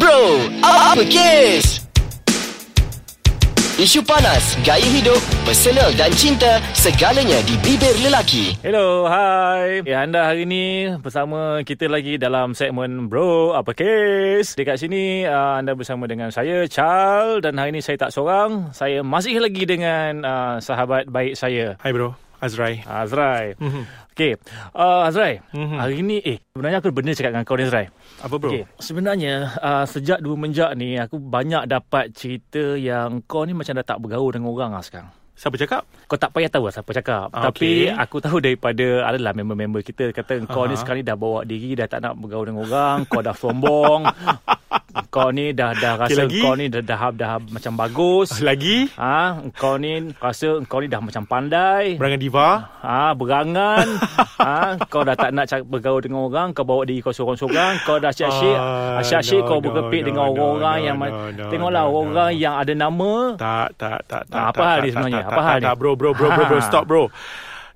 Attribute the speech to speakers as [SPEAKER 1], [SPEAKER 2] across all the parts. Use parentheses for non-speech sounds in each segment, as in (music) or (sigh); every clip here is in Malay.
[SPEAKER 1] Bro, apa kes? Isu panas, gaya hidup, personal dan cinta, segalanya di bibir lelaki.
[SPEAKER 2] Hello, hai. Ya, anda hari ni bersama kita lagi dalam segmen Bro Apa Kes. Dekat sini uh, anda bersama dengan saya Charles dan hari ni saya tak seorang. Saya masih lagi dengan uh, sahabat baik saya
[SPEAKER 3] Hai bro, Azrai.
[SPEAKER 2] Azrai.
[SPEAKER 3] Mhm.
[SPEAKER 2] Okey, uh, Azrai.
[SPEAKER 3] Mhm.
[SPEAKER 2] Hari ni eh sebenarnya aku ada benda cakap dengan kau ni Azrai.
[SPEAKER 3] Apa bro?
[SPEAKER 2] Okey, sebenarnya uh, sejak dua menjak ni aku banyak dapat cerita yang kau ni macam dah tak bergaul dengan orang lah sekarang.
[SPEAKER 3] Siapa cakap?
[SPEAKER 2] Kau tak payah tahu lah siapa cakap okay.
[SPEAKER 3] Ah,
[SPEAKER 2] Tapi
[SPEAKER 3] okey.
[SPEAKER 2] aku tahu daripada Adalah member-member kita Kata kau ni
[SPEAKER 3] Aha.
[SPEAKER 2] sekarang ni dah bawa diri Dah tak nak bergaul dengan orang Kau dah
[SPEAKER 3] (laughs)
[SPEAKER 2] sombong Kau ni dah dah
[SPEAKER 3] Okey
[SPEAKER 2] rasa
[SPEAKER 3] lagi.
[SPEAKER 2] Kau ni dah, dah, dah, dah macam
[SPEAKER 3] (laughs)
[SPEAKER 2] bagus
[SPEAKER 3] Lagi?
[SPEAKER 2] Ah, ha, kau ni rasa kau ni dah macam pandai,
[SPEAKER 3] Berangan Diva?
[SPEAKER 2] ah ha, berangan, ah ha, kau dah tak nak cak- bergaul dengan orang, kau bawa diri kau seorang-seorang, kau dah asyik-asyik,
[SPEAKER 3] Ah,
[SPEAKER 2] asyik-asyik
[SPEAKER 3] no,
[SPEAKER 2] kau
[SPEAKER 3] no,
[SPEAKER 2] berkepit
[SPEAKER 3] no,
[SPEAKER 2] dengan
[SPEAKER 3] no,
[SPEAKER 2] orang-orang
[SPEAKER 3] no,
[SPEAKER 2] yang ma-
[SPEAKER 3] no, no,
[SPEAKER 2] tengoklah
[SPEAKER 3] no, no.
[SPEAKER 2] orang yang ada nama,
[SPEAKER 3] Tak, tak, tak, tak.
[SPEAKER 2] Ah, apa
[SPEAKER 3] tak,
[SPEAKER 2] hal ni
[SPEAKER 3] tak, tak,
[SPEAKER 2] sebenarnya?
[SPEAKER 3] tak,
[SPEAKER 2] Apa
[SPEAKER 3] tak,
[SPEAKER 2] hal
[SPEAKER 3] tak,
[SPEAKER 2] ni?
[SPEAKER 3] Tak, bro, bro, bro, bro,
[SPEAKER 2] (laughs)
[SPEAKER 3] bro,
[SPEAKER 2] Ha.
[SPEAKER 3] stop bro.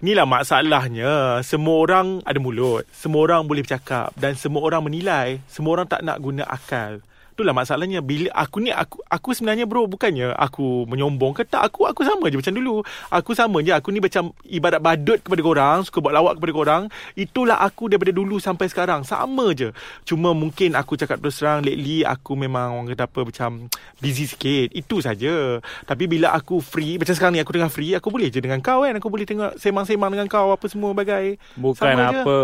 [SPEAKER 3] Inilah masalahnya. Semua orang ada mulut. Semua orang boleh bercakap. Dan semua orang menilai. Semua orang tak nak guna akal. Itulah masalahnya bila aku ni aku aku sebenarnya bro bukannya aku menyombong ke tak aku aku sama je macam dulu. Aku sama je aku ni macam ibarat badut kepada korang, suka buat lawak kepada korang. Itulah aku daripada dulu sampai sekarang. Sama je. Cuma mungkin aku cakap terus terang lately aku memang orang kata apa macam busy sikit. Itu saja. Tapi bila aku free macam sekarang ni aku tengah free, aku boleh je dengan kau kan. Aku boleh tengok semang-semang dengan kau apa semua bagai.
[SPEAKER 2] Bukan
[SPEAKER 3] Sama je.
[SPEAKER 2] apa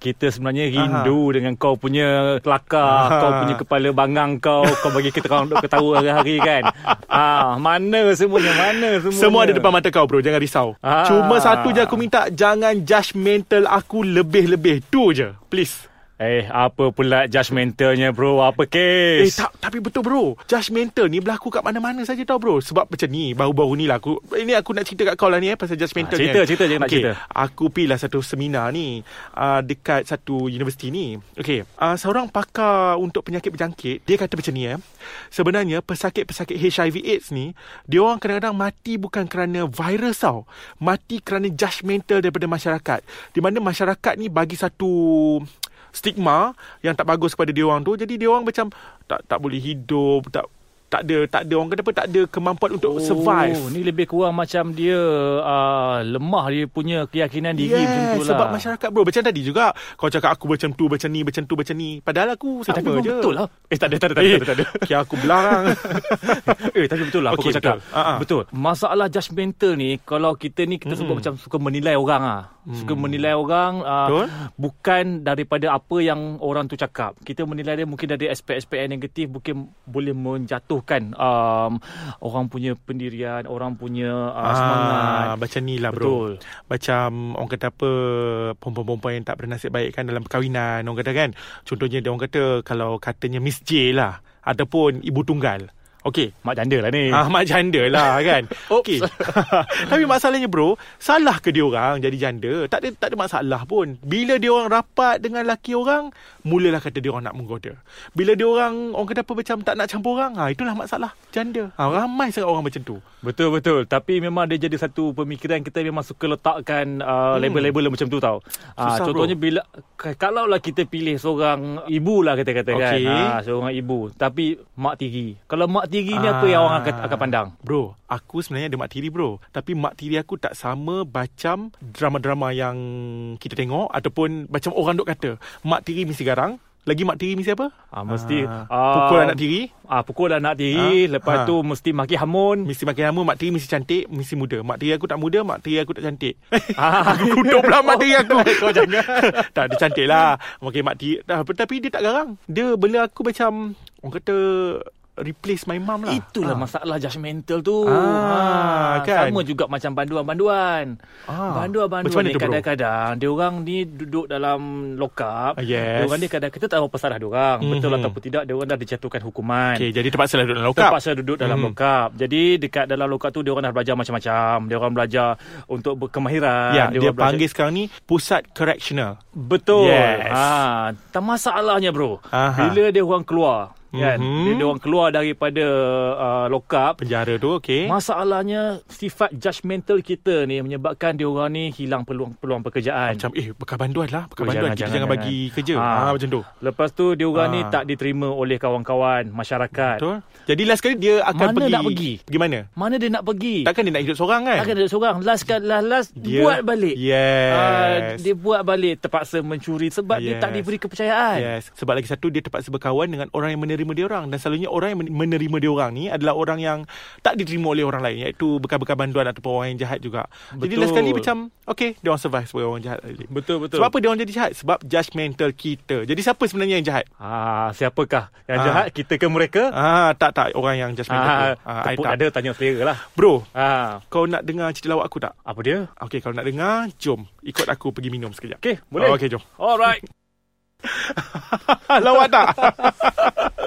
[SPEAKER 2] Kita sebenarnya rindu Aha. Dengan kau punya Kelakar Aha.
[SPEAKER 3] Aha.
[SPEAKER 2] Kau punya kepala bangang kau Kau bagi kita orang duk ketawa hari-hari kan ah, Mana semuanya Mana semuanya
[SPEAKER 3] Semua ada depan mata kau bro Jangan risau
[SPEAKER 2] Ah.
[SPEAKER 3] ah. Cuma satu je aku minta Jangan judge mental aku Lebih-lebih Tu je Please
[SPEAKER 2] Eh apa pula judgementalnya bro Apa kes
[SPEAKER 3] Eh tak, tapi betul bro Judgemental ni berlaku kat mana-mana saja tau bro Sebab macam ni Baru-baru ni lah aku Ini aku nak cerita kat kau lah ni eh Pasal judgemental
[SPEAKER 2] Ah,
[SPEAKER 3] ni
[SPEAKER 2] cerita,
[SPEAKER 3] kan.
[SPEAKER 2] cerita je, nak
[SPEAKER 3] okay,
[SPEAKER 2] cerita.
[SPEAKER 3] Aku pergi lah satu seminar ni uh, Dekat satu universiti ni Okay uh, Seorang pakar untuk penyakit berjangkit Dia kata macam ni eh Sebenarnya pesakit-pesakit HIV AIDS ni Dia orang kadang-kadang mati bukan kerana virus tau Mati kerana judgemental daripada masyarakat Di mana masyarakat ni bagi satu stigma yang tak bagus kepada dia orang tu jadi dia orang macam tak tak boleh hidup tak tak ada tak ada orang kata apa tak ada kemampuan untuk oh, survive
[SPEAKER 2] Ni lebih kurang macam dia uh, Lemah dia punya keyakinan diri
[SPEAKER 3] Yes,
[SPEAKER 2] macam tu lah
[SPEAKER 3] sebab masyarakat bro Macam tadi juga Kau cakap aku macam tu Macam ni, macam tu, macam ni Padahal aku sama
[SPEAKER 2] tapi memang
[SPEAKER 3] je
[SPEAKER 2] betul lah.
[SPEAKER 3] Eh tak ada, tak ada,
[SPEAKER 2] Eh,
[SPEAKER 3] Okay, aku
[SPEAKER 2] (laughs)
[SPEAKER 3] belarang
[SPEAKER 2] Eh tapi betul lah okay, Aku
[SPEAKER 3] Okey,
[SPEAKER 2] cakap
[SPEAKER 3] betul. Ah, ah.
[SPEAKER 2] Betul Masalah judgemental ni Kalau kita ni Kita sebut macam Suka menilai orang ah, Suka menilai orang ah,
[SPEAKER 3] Mm. Betul.
[SPEAKER 2] Bukan daripada Apa yang orang tu cakap Kita menilai dia Mungkin dari aspek-aspek yang negatif Mungkin boleh menjatuhkan um, Orang punya pendirian Orang punya uh, ah, semangat
[SPEAKER 3] ah, Macam ni lah bro
[SPEAKER 2] Betul
[SPEAKER 3] macam orang kata apa perempuan-perempuan yang tak bernasib baik kan dalam perkahwinan orang kata kan contohnya dia orang kata kalau katanya Miss J lah ataupun ibu tunggal okey
[SPEAKER 2] Mak janda lah ni
[SPEAKER 3] Ah, mak janda lah
[SPEAKER 2] (laughs)
[SPEAKER 3] kan. Okey. (laughs) Tapi masalahnya bro, salah ke dia orang jadi janda? Tak ada tak ada masalah pun. Bila dia orang rapat dengan laki orang, mulalah kata dia orang nak menggoda. Bila dia orang orang kata apa macam tak nak campur orang, ha itulah masalah janda. Ha ramai sangat orang macam tu.
[SPEAKER 2] Betul-betul Tapi memang dia jadi satu pemikiran Kita memang suka letakkan uh, Label-label macam tu tau Ah,
[SPEAKER 3] Hmm. Susah,
[SPEAKER 2] Contohnya bila k- Kalaulah kita pilih seorang Ibu lah kita katakan
[SPEAKER 3] Okey.
[SPEAKER 2] Ah, Seorang ibu Tapi mak tiri Kalau mak tiri ni apa yang orang akan,
[SPEAKER 3] Ah.
[SPEAKER 2] akan pandang
[SPEAKER 3] Bro, aku sebenarnya ada mak tiri bro. Tapi mak tiri aku tak sama macam drama-drama yang kita tengok ataupun macam orang duk kata. Mak tiri mesti garang. Lagi mak tiri mesti apa?
[SPEAKER 2] ah, Mesti
[SPEAKER 3] Ah,
[SPEAKER 2] ah,
[SPEAKER 3] pukul anak tiri.
[SPEAKER 2] ah, Pukul anak tiri
[SPEAKER 3] Ah,
[SPEAKER 2] Lepas
[SPEAKER 3] ah.
[SPEAKER 2] tu mesti maki
[SPEAKER 3] (laughs)
[SPEAKER 2] hamun
[SPEAKER 3] Mesti makin lama Mak tiri mesti cantik Mesti muda Mak tiri aku tak muda Mak tiri aku tak
[SPEAKER 2] (laughs)
[SPEAKER 3] cantik Ah, Aku
[SPEAKER 2] Ah.
[SPEAKER 3] kutuk pula mak tiri aku Kau jangan (laughs) Tak dia cantik lah Makin mak tiri dah, Tapi dia tak garang Dia bela aku macam Orang kata Replace my mum lah
[SPEAKER 2] Itulah masalah judgemental tu
[SPEAKER 3] Ah, kan?
[SPEAKER 2] Sama juga macam panduan-panduan
[SPEAKER 3] Ah. Macam
[SPEAKER 2] Banduan-banduan
[SPEAKER 3] mana
[SPEAKER 2] ni
[SPEAKER 3] tu, bro?
[SPEAKER 2] kadang-kadang Dia orang ni duduk dalam lokap
[SPEAKER 3] Ah, yes.
[SPEAKER 2] Dia orang ni kadang Kita tak tahu apa salah dia orang mm-hmm. Betul
[SPEAKER 3] Mhm.
[SPEAKER 2] ataupun tidak Dia orang dah dijatuhkan hukuman
[SPEAKER 3] Okay jadi terpaksa lah duduk dalam lokap
[SPEAKER 2] Terpaksa duduk dalam
[SPEAKER 3] Mhm.
[SPEAKER 2] lokap Jadi dekat dalam lokap tu Dia orang dah belajar macam-macam Dia orang belajar untuk berkemahiran
[SPEAKER 3] Ya dia,
[SPEAKER 2] orang belajar-
[SPEAKER 3] panggil sekarang ni Pusat Correctional
[SPEAKER 2] Betul
[SPEAKER 3] Yes.
[SPEAKER 2] ha, Tak masalahnya bro
[SPEAKER 3] Aha.
[SPEAKER 2] Bila dia orang keluar kan
[SPEAKER 3] Mhm.
[SPEAKER 2] dia, dia orang keluar daripada uh, lokap
[SPEAKER 3] Penjara tu okey.
[SPEAKER 2] Masalahnya sifat judgemental kita ni menyebabkan diorang ni hilang peluang-peluang pekerjaan.
[SPEAKER 3] Macam eh bekal banduan lah,
[SPEAKER 2] Oh,
[SPEAKER 3] bekal banduan
[SPEAKER 2] jangan,
[SPEAKER 3] kita
[SPEAKER 2] jangan,
[SPEAKER 3] jangan,
[SPEAKER 2] jangan.
[SPEAKER 3] bagi kerja.
[SPEAKER 2] Ah.
[SPEAKER 3] Ah macam tu.
[SPEAKER 2] Lepas tu diorang
[SPEAKER 3] Ah.
[SPEAKER 2] ni tak diterima oleh kawan-kawan, masyarakat.
[SPEAKER 3] Betul. Jadi last kali dia akan
[SPEAKER 2] Mana
[SPEAKER 3] pergi
[SPEAKER 2] nak pergi?
[SPEAKER 3] Pergi mana?
[SPEAKER 2] Mana dia nak pergi?
[SPEAKER 3] Takkan dia nak hidup seorang kan?
[SPEAKER 2] Takkan dia seorang. Last kan last, last
[SPEAKER 3] Dia-
[SPEAKER 2] buat balik.
[SPEAKER 3] Yes.
[SPEAKER 2] Ah, dia buat balik terpaksa mencuri sebab dia tak
[SPEAKER 3] Yes.
[SPEAKER 2] diberi kepercayaan.
[SPEAKER 3] Yes, sebab lagi satu dia terpaksa berkawan dengan orang yang menerima dia orang dan selalunya orang yang men- menerima dia orang ni adalah orang yang tak diterima oleh orang lain iaitu bekal-bekal banduan ataupun orang yang jahat juga.
[SPEAKER 2] Betul.
[SPEAKER 3] Jadi last kali macam okay, dia orang survive sebagai orang jahat tadi.
[SPEAKER 2] Betul betul.
[SPEAKER 3] Sebab apa dia orang jadi jahat? Sebab judgemental kita. Jadi siapa sebenarnya yang jahat?
[SPEAKER 2] Ah, siapakah yang
[SPEAKER 3] Ah.
[SPEAKER 2] jahat? Kita ke mereka?
[SPEAKER 3] Ah, tak tak orang yang judgemental.
[SPEAKER 2] Ah,
[SPEAKER 3] tu. Ah, I
[SPEAKER 2] tepuk
[SPEAKER 3] tak.
[SPEAKER 2] ada tanya selera lah.
[SPEAKER 3] Bro,
[SPEAKER 2] Ah,
[SPEAKER 3] kau nak dengar cerita lawak aku tak?
[SPEAKER 2] apa dia?
[SPEAKER 3] Okay, kalau nak dengar, jom ikut aku pergi minum sekejap.
[SPEAKER 2] Okey, boleh.
[SPEAKER 3] Oh, okay, jom.
[SPEAKER 2] Alright.
[SPEAKER 3] Lawak tak? (laughs)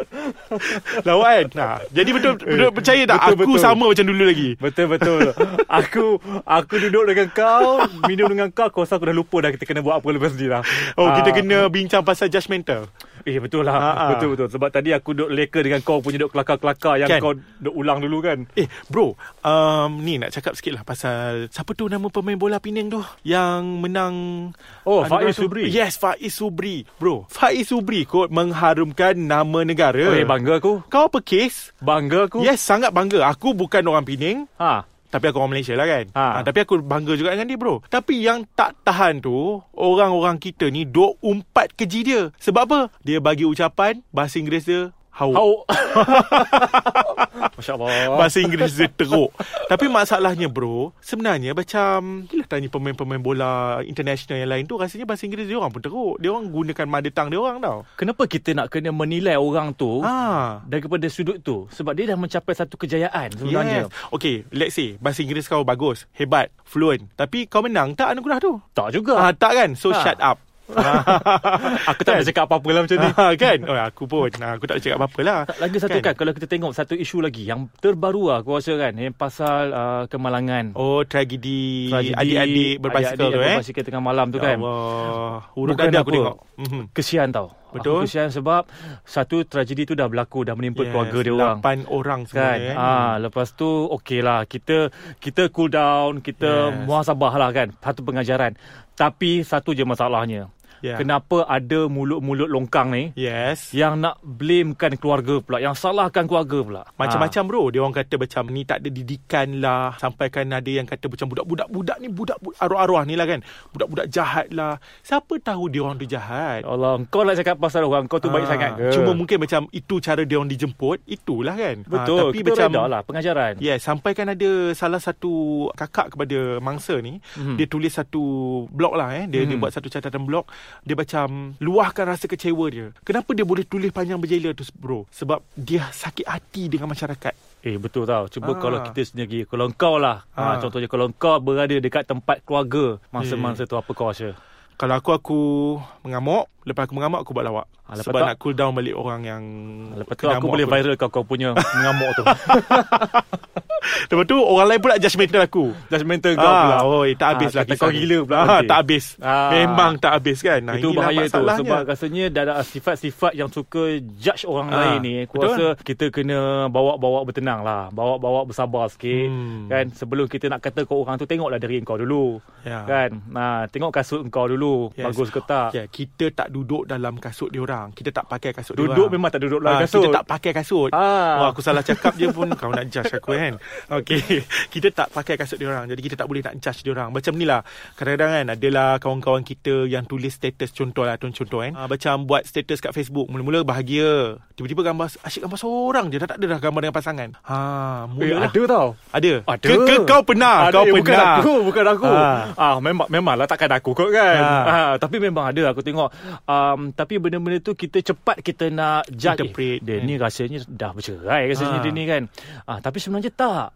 [SPEAKER 3] Lawak kan? Nah, jadi betul betul percaya tak
[SPEAKER 2] Eh, Betul,
[SPEAKER 3] betul, aku
[SPEAKER 2] betul.
[SPEAKER 3] betul. sama macam dulu lagi?
[SPEAKER 2] Betul betul. aku aku duduk dengan kau, minum dengan kau, kau rasa aku dah lupa dah kita kena buat apa lepas ni lah.
[SPEAKER 3] Oh, kita
[SPEAKER 2] Ah,
[SPEAKER 3] kena bincang pasal judgemental.
[SPEAKER 2] Eh betul lah.
[SPEAKER 3] Ah, ah.
[SPEAKER 2] Betul betul sebab tadi aku duduk leka dengan kau punya duduk kelakar-kelakar yang
[SPEAKER 3] Kan?
[SPEAKER 2] kau duduk ulang dulu kan.
[SPEAKER 3] Eh, bro, um, ni nak cakap sikit lah pasal siapa tu nama pemain bola Penang tu yang menang
[SPEAKER 2] Oh,
[SPEAKER 3] Anu
[SPEAKER 2] Faiz
[SPEAKER 3] tu?
[SPEAKER 2] Subri.
[SPEAKER 3] Yes, Faiz Subri. Bro, Faiz Subri kot mengharumkan nama
[SPEAKER 2] Oh,
[SPEAKER 3] negara.
[SPEAKER 2] eh bangga aku.
[SPEAKER 3] Kau apa kes?
[SPEAKER 2] Bangga aku.
[SPEAKER 3] Yes, sangat bangga. Aku bukan orang Penang.
[SPEAKER 2] Ha.
[SPEAKER 3] Tapi aku orang Malaysia lah kan
[SPEAKER 2] Ha.
[SPEAKER 3] ha. Ha, Tapi aku bangga juga dengan dia bro Tapi yang tak tahan tu Orang-orang kita ni Duk umpat keji dia Sebab apa? Dia bagi ucapan Bahasa Inggeris dia How,
[SPEAKER 2] Hau. (laughs) Masya-Allah.
[SPEAKER 3] Bahasa
[SPEAKER 2] (laughs)
[SPEAKER 3] Inggeris dia teruk Tapi masalahnya bro Sebenarnya macam Bila tanya pemain-pemain bola International yang lain tu Rasanya bahasa Inggeris dia orang pun teruk Dia orang gunakan mother tongue dia orang tau
[SPEAKER 2] Kenapa kita nak kena menilai orang tu
[SPEAKER 3] Ha
[SPEAKER 2] daripada sudut tu? Sebab dia dah mencapai satu kejayaan sebenarnya.
[SPEAKER 3] Yes. Okay, let's say bahasa Inggeris kau bagus, hebat, fluent. Tapi kau menang tak anugerah tu?
[SPEAKER 2] Tak juga.
[SPEAKER 3] Ah, tak kan? So
[SPEAKER 2] Ha.
[SPEAKER 3] ha. shut up.
[SPEAKER 2] aku tak nak cakap apa-apa lah macam ni.
[SPEAKER 3] Ah, (laughs) kan? Oh, aku pun. Ah, aku tak cakap apa-apa lah.
[SPEAKER 2] Tak, Lagi satu kan? kan kalau kita tengok satu isu lagi yang terbaru lah aku rasa kan yang pasal uh, kemalangan.
[SPEAKER 3] Oh, tragedi,
[SPEAKER 2] Tragedi
[SPEAKER 3] adik-adik berbasikal
[SPEAKER 2] adik-adik
[SPEAKER 3] tu
[SPEAKER 2] yang
[SPEAKER 3] eh.
[SPEAKER 2] Berbasikal tengah malam tu
[SPEAKER 3] Ya
[SPEAKER 2] kan.
[SPEAKER 3] Allah. Urut
[SPEAKER 2] Bukan
[SPEAKER 3] dada aku
[SPEAKER 2] apa.
[SPEAKER 3] tengok. Mhm.
[SPEAKER 2] Kesian tau. Aku
[SPEAKER 3] Betul.
[SPEAKER 2] kesian sebab satu tragedi tu dah berlaku dah menimpa yes, keluarga dia orang.
[SPEAKER 3] Lapan orang semua
[SPEAKER 2] Kan?
[SPEAKER 3] kan. Eh.
[SPEAKER 2] Ah, lepas tu okeylah kita kita cool down, kita yes.
[SPEAKER 3] Yes.
[SPEAKER 2] muhasabah lah kan. Satu pengajaran. Tapi satu je masalahnya.
[SPEAKER 3] Ya.
[SPEAKER 2] Kenapa ada mulut-mulut longkang ni
[SPEAKER 3] Yes.
[SPEAKER 2] yang nak blamekan keluarga pula, yang salahkan keluarga pula. Ah.
[SPEAKER 3] Macam-macam bro Dia orang kata macam Ni tak ada didikan lah Sampaikan ada yang kata Macam budak-budak-budak ni Budak bu- arwah-arwah ni lah kan Budak-budak jahat lah Siapa tahu dia orang tu jahat
[SPEAKER 2] Ya Allah, kau nak cakap pasal orang, kau tu baik
[SPEAKER 3] Ah,
[SPEAKER 2] sangat ke?
[SPEAKER 3] Cuma mungkin macam Itu cara dia orang dijemput Itulah kan Ah,
[SPEAKER 2] Betul,
[SPEAKER 3] Tapi
[SPEAKER 2] kita
[SPEAKER 3] macam
[SPEAKER 2] reda lah pengajaran.
[SPEAKER 3] Ya, yeah, sampaikan ada salah satu kakak kepada mangsa ni,
[SPEAKER 2] Mhm.
[SPEAKER 3] mm-hmm. dia tulis satu blog lah eh. Dia mm-hmm. dia buat satu catatan blog. Dia macam luahkan rasa kecewa dia. Kenapa dia boleh tulis panjang berjela tu bro? Sebab dia sakit hati dengan masyarakat.
[SPEAKER 2] Eh betul tau. Cuba
[SPEAKER 3] Ah.
[SPEAKER 2] kalau kita sendiri, kalau kau lah. Ha.
[SPEAKER 3] Ah.
[SPEAKER 2] contohnya kalau kau berada dekat tempat keluarga
[SPEAKER 3] Hmm.
[SPEAKER 2] mangsa-mangsa tu apa kau rasa?
[SPEAKER 3] Kalau aku aku mengamuk, lepas aku mengamuk aku buat lawak.
[SPEAKER 2] Ah, lepas
[SPEAKER 3] Sebab
[SPEAKER 2] tu- Ah,
[SPEAKER 3] nak cool down balik orang yang
[SPEAKER 2] Lepas tu
[SPEAKER 3] kena
[SPEAKER 2] aku
[SPEAKER 3] amuk
[SPEAKER 2] boleh viral kau kau
[SPEAKER 3] (laughs)
[SPEAKER 2] punya mengamuk tu.
[SPEAKER 3] Lepas tu orang lain pula judgemental aku.
[SPEAKER 2] Judgemental kau pula.
[SPEAKER 3] Ah, oi, tak habis
[SPEAKER 2] Ah,
[SPEAKER 3] lah
[SPEAKER 2] kata kau
[SPEAKER 3] ni.
[SPEAKER 2] gila pula
[SPEAKER 3] Ah,
[SPEAKER 2] nanti.
[SPEAKER 3] tak habis.
[SPEAKER 2] Ah.
[SPEAKER 3] Memang tak habis kan. Nah,
[SPEAKER 2] Itu
[SPEAKER 3] inilah
[SPEAKER 2] bahaya tu
[SPEAKER 3] masalahnya.
[SPEAKER 2] sebab rasanya dah ada sifat-sifat yang suka judge orang
[SPEAKER 3] Ah,
[SPEAKER 2] lain ni. Aku
[SPEAKER 3] betul.
[SPEAKER 2] rasa kita kena bawa-bawa bertenang lah. Bawa-bawa bersabar sikit
[SPEAKER 3] Hmm.
[SPEAKER 2] kan. Sebelum kita nak kata ke orang tu tengoklah diri kau dulu.
[SPEAKER 3] Ya.
[SPEAKER 2] Kan? Nah, tengok kasut kau dulu
[SPEAKER 3] Yes.
[SPEAKER 2] bagus ke tak.
[SPEAKER 3] Yeah, Ya, kita tak duduk dalam kasut diorang. Kita tak pakai kasut
[SPEAKER 2] Duduk
[SPEAKER 3] diorang.
[SPEAKER 2] memang tak duduk dalam
[SPEAKER 3] Ah,
[SPEAKER 2] kasut.
[SPEAKER 3] Kita tak pakai kasut.
[SPEAKER 2] Ah.
[SPEAKER 3] Wah, aku salah cakap je pun kau nak judge aku kan. Okay. (laughs) kita tak pakai kasut diorang. Jadi kita tak boleh nak judge diorang. Macam ni lah. Kadang-kadang kan adalah kawan-kawan kita yang tulis status contoh lah. Contoh kan. Ah, macam buat status kat Facebook. Mula-mula bahagia. Tiba-tiba gambar, asyik gambar seorang je. Dah tak ada dah gambar dengan pasangan. Ha,
[SPEAKER 2] Eh,
[SPEAKER 3] mulalah.
[SPEAKER 2] ada tau.
[SPEAKER 3] Ada.
[SPEAKER 2] Ada.
[SPEAKER 3] Ke, ke, kau
[SPEAKER 2] Ada,
[SPEAKER 3] pernah. kau
[SPEAKER 2] eh,
[SPEAKER 3] pernah.
[SPEAKER 2] Bukan aku, bukan aku.
[SPEAKER 3] Ha.
[SPEAKER 2] Ah, memang memanglah takkan aku kot kan.
[SPEAKER 3] Ha.
[SPEAKER 2] Ah, tapi memang ada aku tengok. Um, tapi benda-benda tu kita cepat kita nak judge. Eh,
[SPEAKER 3] Interpret.
[SPEAKER 2] dia ni rasanya dah bercerai rasanya
[SPEAKER 3] Ha.
[SPEAKER 2] dia ni kan. Ah, tapi sebenarnya tak.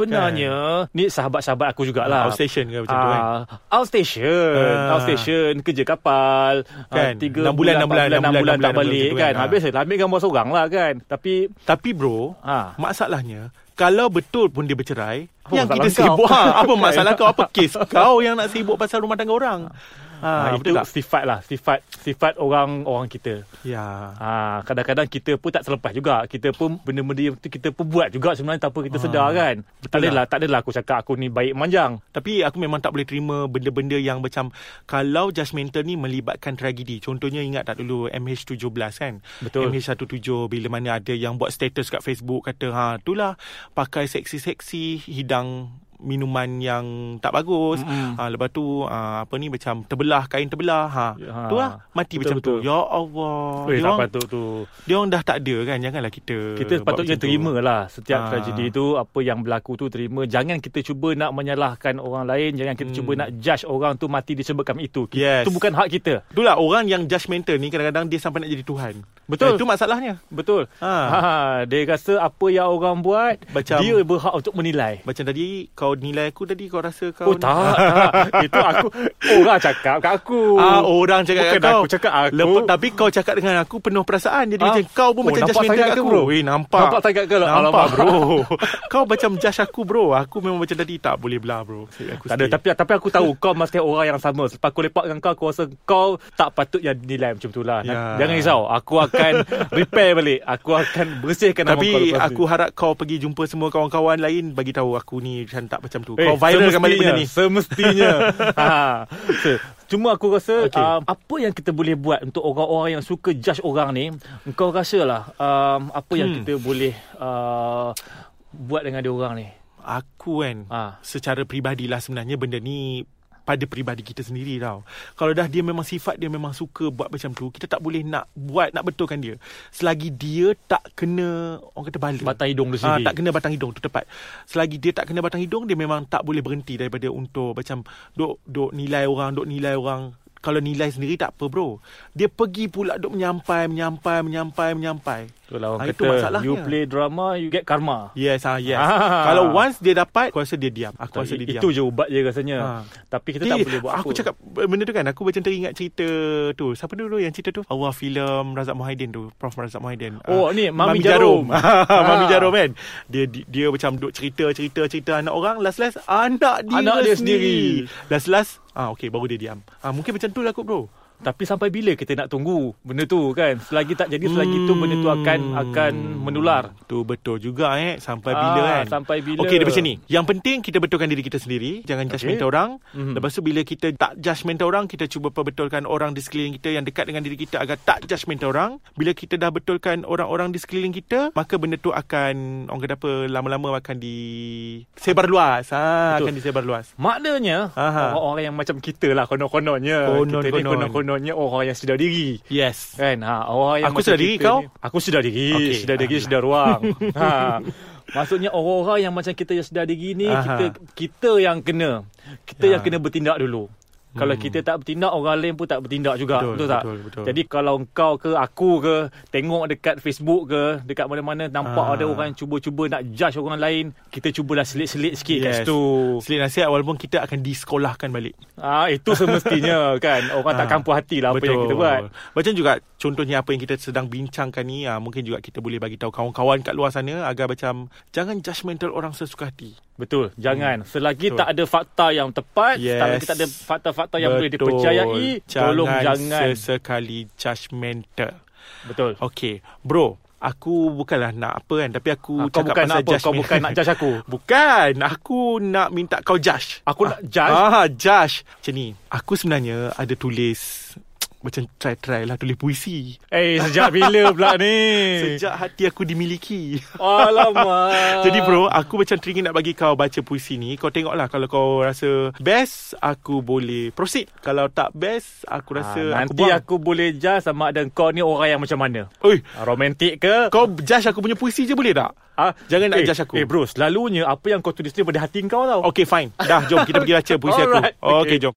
[SPEAKER 2] Sebenarnya ni sahabat-sahabat aku jugalah.
[SPEAKER 3] Ah, outstation ke macam tu, kan?
[SPEAKER 2] ah, Outstation
[SPEAKER 3] Ah.
[SPEAKER 2] Outstation Kerja kapal
[SPEAKER 3] Kan,
[SPEAKER 2] ah, tiga
[SPEAKER 3] enam bulan, enam bulan,
[SPEAKER 2] empat
[SPEAKER 3] enam bulan,
[SPEAKER 2] tak
[SPEAKER 3] enam bulan
[SPEAKER 2] balik
[SPEAKER 3] macam tu
[SPEAKER 2] kan, kan.
[SPEAKER 3] kan. Ah.
[SPEAKER 2] Habis lah Ambil gambar seorang lah kan Tapi
[SPEAKER 3] Tapi bro,
[SPEAKER 2] Ah.
[SPEAKER 3] ha. masalahnya kalau betul pun dia bercerai,
[SPEAKER 2] Apa
[SPEAKER 3] yang
[SPEAKER 2] masalah
[SPEAKER 3] kita
[SPEAKER 2] kau? (laughs)
[SPEAKER 3] sibuk ha, apa masalah kau apa kes kau yang nak sibuk pasal rumah tangga orang.
[SPEAKER 2] Ha, itu
[SPEAKER 3] betul tak?
[SPEAKER 2] sifat lah, sifat sifat orang orang kita.
[SPEAKER 3] Ya.
[SPEAKER 2] Ha, kadang-kadang kita pun tak terlepas juga. Kita pun benda-benda yang tu kita pun buat juga sebenarnya tanpa
[SPEAKER 3] Ah,
[SPEAKER 2] kita ha. sedar kan. Tak adalah, tak adalah aku cakap aku ni baik manjang.
[SPEAKER 3] Tapi aku memang tak boleh terima benda-benda yang macam kalau judgemental ni melibatkan tragedi. Contohnya ingat tak dulu MH17 kan?
[SPEAKER 2] Betul.
[SPEAKER 3] MH17 bila mana ada yang buat status kat Facebook kata ha itulah pakai seksi-seksi hidang minuman yang tak bagus. Mm-hmm. Ha, lepas tu ha, apa ni macam terbelah kain terbelah. Ha.
[SPEAKER 2] Ya.
[SPEAKER 3] Tu lah
[SPEAKER 2] Betul,
[SPEAKER 3] mati betul, macam
[SPEAKER 2] betul.
[SPEAKER 3] tu. Ya Allah.
[SPEAKER 2] Oh, eh,
[SPEAKER 3] dia
[SPEAKER 2] tak
[SPEAKER 3] orang
[SPEAKER 2] patut tu.
[SPEAKER 3] dia orang dah tak ada kan. Janganlah kita
[SPEAKER 2] Kita
[SPEAKER 3] buat
[SPEAKER 2] patutnya
[SPEAKER 3] macam tu.
[SPEAKER 2] terima lah setiap ha.
[SPEAKER 3] Ah.
[SPEAKER 2] tragedi tu apa yang berlaku tu terima jangan kita cuba nak menyalahkan orang lain jangan kita hmm. cuba nak judge orang tu mati disebabkan itu
[SPEAKER 3] Yes.
[SPEAKER 2] itu bukan hak kita
[SPEAKER 3] Itulah orang yang judgemental ni kadang-kadang dia sampai nak jadi Tuhan.
[SPEAKER 2] Betul.
[SPEAKER 3] Eh, Itu masalahnya.
[SPEAKER 2] betul
[SPEAKER 3] Ha.
[SPEAKER 2] ha. ha dia rasa apa yang orang buat
[SPEAKER 3] Macam-
[SPEAKER 2] dia berhak untuk menilai
[SPEAKER 3] Macam tadi kau nilai aku tadi kau rasa
[SPEAKER 2] Oh
[SPEAKER 3] kau
[SPEAKER 2] (laughs)
[SPEAKER 3] ni-
[SPEAKER 2] tak, tak. Itu aku Orang cakap kat aku
[SPEAKER 3] Ah orang cakap
[SPEAKER 2] Bukan
[SPEAKER 3] kat kau.
[SPEAKER 2] aku oh, cakap aku.
[SPEAKER 3] Lepas, tapi kau cakap dengan aku penuh perasaan. Jadi
[SPEAKER 2] Ah.
[SPEAKER 3] macam kau pun
[SPEAKER 2] Oh,
[SPEAKER 3] macam
[SPEAKER 2] nampak
[SPEAKER 3] judgemental
[SPEAKER 2] sangat ke,
[SPEAKER 3] kat aku.
[SPEAKER 2] bro? Eh,
[SPEAKER 3] Weh nampak.
[SPEAKER 2] Nampak sangat ke, lo?
[SPEAKER 3] Nampak
[SPEAKER 2] Alamak.
[SPEAKER 3] bro. (laughs) kau macam judge aku bro. Aku memang macam tadi tak boleh belah bro. Saya- Aku
[SPEAKER 2] Tak ada tapi tapi aku tahu kau mesti orang yang sama. Selepas aku lepak dengan kau aku rasa kau tak patut yang nilai macam tu lah.
[SPEAKER 3] Ya.
[SPEAKER 2] Yeah. Jangan risau. Aku akan (laughs) repair balik. Aku akan bersihkan nama kau.
[SPEAKER 3] tapi
[SPEAKER 2] lepas
[SPEAKER 3] aku
[SPEAKER 2] ni.
[SPEAKER 3] harap kau pergi jumpa semua kawan-kawan lain bagi tahu aku ni macam tak macam tu.
[SPEAKER 2] Eh,
[SPEAKER 3] kau viralkan balik benda ni.
[SPEAKER 2] Semestinya.
[SPEAKER 3] (laughs)
[SPEAKER 2] ha. So, Cuma aku rasa okay.
[SPEAKER 3] Okey.
[SPEAKER 2] um, apa yang kita boleh buat untuk orang-orang yang suka judge orang ni, engkau rasalah um, apa yang
[SPEAKER 3] Hmm.
[SPEAKER 2] kita boleh uh, buat dengan dia orang ni.
[SPEAKER 3] Aku kan
[SPEAKER 2] Ah.
[SPEAKER 3] Secara peribadilah sebenarnya benda ni Pada peribadi kita sendiri tau Kalau dah dia memang sifat dia memang suka buat macam tu Kita tak boleh nak buat Nak betulkan dia Selagi dia tak kena Orang kata bala
[SPEAKER 2] Batang hidung dia
[SPEAKER 3] Ah,
[SPEAKER 2] sendiri.
[SPEAKER 3] tak kena batang hidung tu tepat. Selagi dia tak kena batang hidung dia memang tak boleh berhenti daripada untuk macam dok dok nilai orang, dok nilai orang. Kalau nilai sendiri tak apa bro. Dia pergi pula dok menyampai, menyampai, menyampai, menyampai.
[SPEAKER 2] Itulah orang
[SPEAKER 3] Ah, itu
[SPEAKER 2] kata
[SPEAKER 3] masalahnya.
[SPEAKER 2] you play drama you get karma.
[SPEAKER 3] Yes, ah yes.
[SPEAKER 2] Ah.
[SPEAKER 3] Kalau once dia dapat, aku rasa dia diam. Aku
[SPEAKER 2] Tak,
[SPEAKER 3] rasa dia
[SPEAKER 2] i-
[SPEAKER 3] diam.
[SPEAKER 2] itu je ubat je rasanya.
[SPEAKER 3] Ha.
[SPEAKER 2] Tapi kita tak
[SPEAKER 3] Dia-
[SPEAKER 2] boleh buat
[SPEAKER 3] Aku
[SPEAKER 2] apa.
[SPEAKER 3] cakap benda tu kan Aku macam teringat cerita tu Siapa dulu yang cerita tu Awal filem Razak Muhaiddin tu Prof Razak Muhaiddin
[SPEAKER 2] Oh,
[SPEAKER 3] Ah,
[SPEAKER 2] ni, Mami
[SPEAKER 3] (laughs)
[SPEAKER 2] Jarum.
[SPEAKER 3] Mami
[SPEAKER 2] Ah.
[SPEAKER 3] Jarum kan Dia dia, dia macam duk cerita-cerita Cerita anak orang Last-last Anak dia,
[SPEAKER 2] Anak dia
[SPEAKER 3] sendiri Last-last ah, Okay baru dia diam ah, Mungkin macam tu lah kot bro
[SPEAKER 2] Tapi sampai bila kita nak tunggu benda tu kan? Selagi tak jadi selagi tu benda tu akan akan menular.
[SPEAKER 3] Hmm. Tu betul juga eh Sampai bila
[SPEAKER 2] Ah,
[SPEAKER 3] kan
[SPEAKER 2] sampai bila.
[SPEAKER 3] Okey dia macam ni Yang penting kita betulkan diri kita sendiri Jangan judgemental orang
[SPEAKER 2] Mhm.
[SPEAKER 3] mm-hmm. Lepas tu bila kita tak judgemental orang Kita cuba perbetulkan orang di sekeliling kita Yang dekat dengan diri kita Agar tak judgemental orang Bila kita dah betulkan orang-orang di sekeliling kita Maka benda tu akan Orang kata apa Lama-lama akan di Sebar luas
[SPEAKER 2] Betul.
[SPEAKER 3] ha, Akan disebar luas
[SPEAKER 2] Maknanya
[SPEAKER 3] Aha.
[SPEAKER 2] orang-orang yang macam kita lah konon-kononnya. kita ni
[SPEAKER 3] Konon-konon.
[SPEAKER 2] konon-kononnya oh, orang yang sedar diri.
[SPEAKER 3] Yes
[SPEAKER 2] Kan? Ha, orang yang
[SPEAKER 3] Aku
[SPEAKER 2] macam
[SPEAKER 3] sedar diri,
[SPEAKER 2] kita
[SPEAKER 3] kau?
[SPEAKER 2] ni- aku sedar diri,
[SPEAKER 3] Okey,
[SPEAKER 2] okay. sedar diri, sedar
[SPEAKER 3] (laughs)
[SPEAKER 2] ruang. ha. Maksudnya orang-orang yang macam kita yang sedar diri ni
[SPEAKER 3] Aha.
[SPEAKER 2] kita kita yang kena. Kita
[SPEAKER 3] Ya. Hmm.
[SPEAKER 2] yang kena bertindak dulu. Kalau kita tak bertindak orang lain pun tak bertindak juga,
[SPEAKER 3] Betul,
[SPEAKER 2] betul, tak?
[SPEAKER 3] betul, betul.
[SPEAKER 2] Jadi kalau kau ke aku ke tengok dekat Facebook ke, dekat mana-mana nampak
[SPEAKER 3] Ah.
[SPEAKER 2] ada orang yang cuba-cuba nak judge orang lain, kita cubalah selit-selit sikit yes. kat
[SPEAKER 3] Yes.
[SPEAKER 2] situ.
[SPEAKER 3] Selit nasihat walaupun kita akan disekolahkan balik
[SPEAKER 2] Ah itu semestinya
[SPEAKER 3] (laughs)
[SPEAKER 2] kan. Orang tak
[SPEAKER 3] Ah.
[SPEAKER 2] kampung hatilah apa yang kita buat.
[SPEAKER 3] Macam juga contohnya apa yang kita sedang bincangkan ni ah, mungkin juga kita boleh bagi tahu kawan-kawan kat luar sana agar macam jangan judgemental orang sesuka hati.
[SPEAKER 2] Betul, jangan. Selagi
[SPEAKER 3] Hmm, betul.
[SPEAKER 2] tak ada fakta yang tepat,
[SPEAKER 3] Yes.
[SPEAKER 2] selagi tak ada fakta-fakta yang boleh
[SPEAKER 3] Betul.
[SPEAKER 2] dipercayai, tolong jangan.
[SPEAKER 3] sesekali judgemental.
[SPEAKER 2] Betul.
[SPEAKER 3] Okay, bro, aku bukanlah nak apa kan tapi
[SPEAKER 2] Ah,
[SPEAKER 3] aku ha,
[SPEAKER 2] kau
[SPEAKER 3] cakap
[SPEAKER 2] bukan
[SPEAKER 3] pasal
[SPEAKER 2] nak apa, kau
[SPEAKER 3] judgemental.
[SPEAKER 2] bukan nak judge aku.
[SPEAKER 3] (laughs) Bukan, aku nak minta kau judge.
[SPEAKER 2] Aku nak judge?
[SPEAKER 3] Ah, judge. Macam ni, aku sebenarnya ada tulis macam try-try lah tulis puisi.
[SPEAKER 2] Eh, sejak bila pula ni?
[SPEAKER 3] Sejak hati aku dimiliki. (laughs)
[SPEAKER 2] Alamak.
[SPEAKER 3] Jadi bro,
[SPEAKER 2] Ah.
[SPEAKER 3] aku macam teringin nak bagi kau baca puisi ni. Kau tengoklah kalau kau rasa best, aku boleh proceed. Kalau tak best,
[SPEAKER 2] Ah,
[SPEAKER 3] aku rasa aku
[SPEAKER 2] nanti
[SPEAKER 3] buang.
[SPEAKER 2] aku, boleh judge sama ada kau ni orang yang macam mana.
[SPEAKER 3] Oi,
[SPEAKER 2] Ah, Romantik ke?
[SPEAKER 3] kau judge aku punya puisi je boleh tak?
[SPEAKER 2] Ah,
[SPEAKER 3] jangan nak
[SPEAKER 2] eh,
[SPEAKER 3] judge aku.
[SPEAKER 2] Eh bro, selalunya apa yang kau tulis ni pada hati kau tau.
[SPEAKER 3] Okay, fine. Dah, jom kita pergi baca puisi aku.
[SPEAKER 2] (laughs) Alright,
[SPEAKER 3] Okay,
[SPEAKER 2] okay.
[SPEAKER 3] jom.